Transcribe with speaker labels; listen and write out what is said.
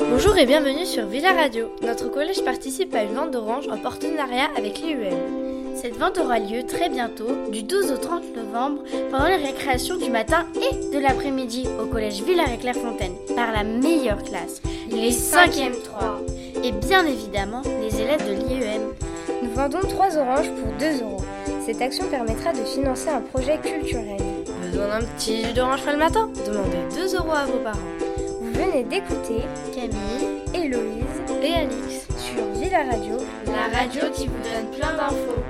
Speaker 1: Bonjour et bienvenue sur Villa Radio. Notre collège participe à une vente d'oranges en partenariat avec l'IUM. Cette vente aura lieu très bientôt, du 12 au 30 novembre, pendant les récréations du matin et de l'après-midi au collège Villard et Clairefontaine, par la meilleure classe, les 5e 3, et bien évidemment les élèves de E l'IUM.
Speaker 2: Nous vendons 3 oranges pour 2 euros. Cette action permettra de financer un projet culturel.
Speaker 3: Besoin d'un petit jus d'orange frais le matin Demandez 2 euros à vos parents.
Speaker 2: Vous venez d'écouter
Speaker 1: Camille
Speaker 2: Héloïse
Speaker 1: et Alix,
Speaker 2: sur Villa Radio,
Speaker 3: La radio qui vous donne plein d'infos.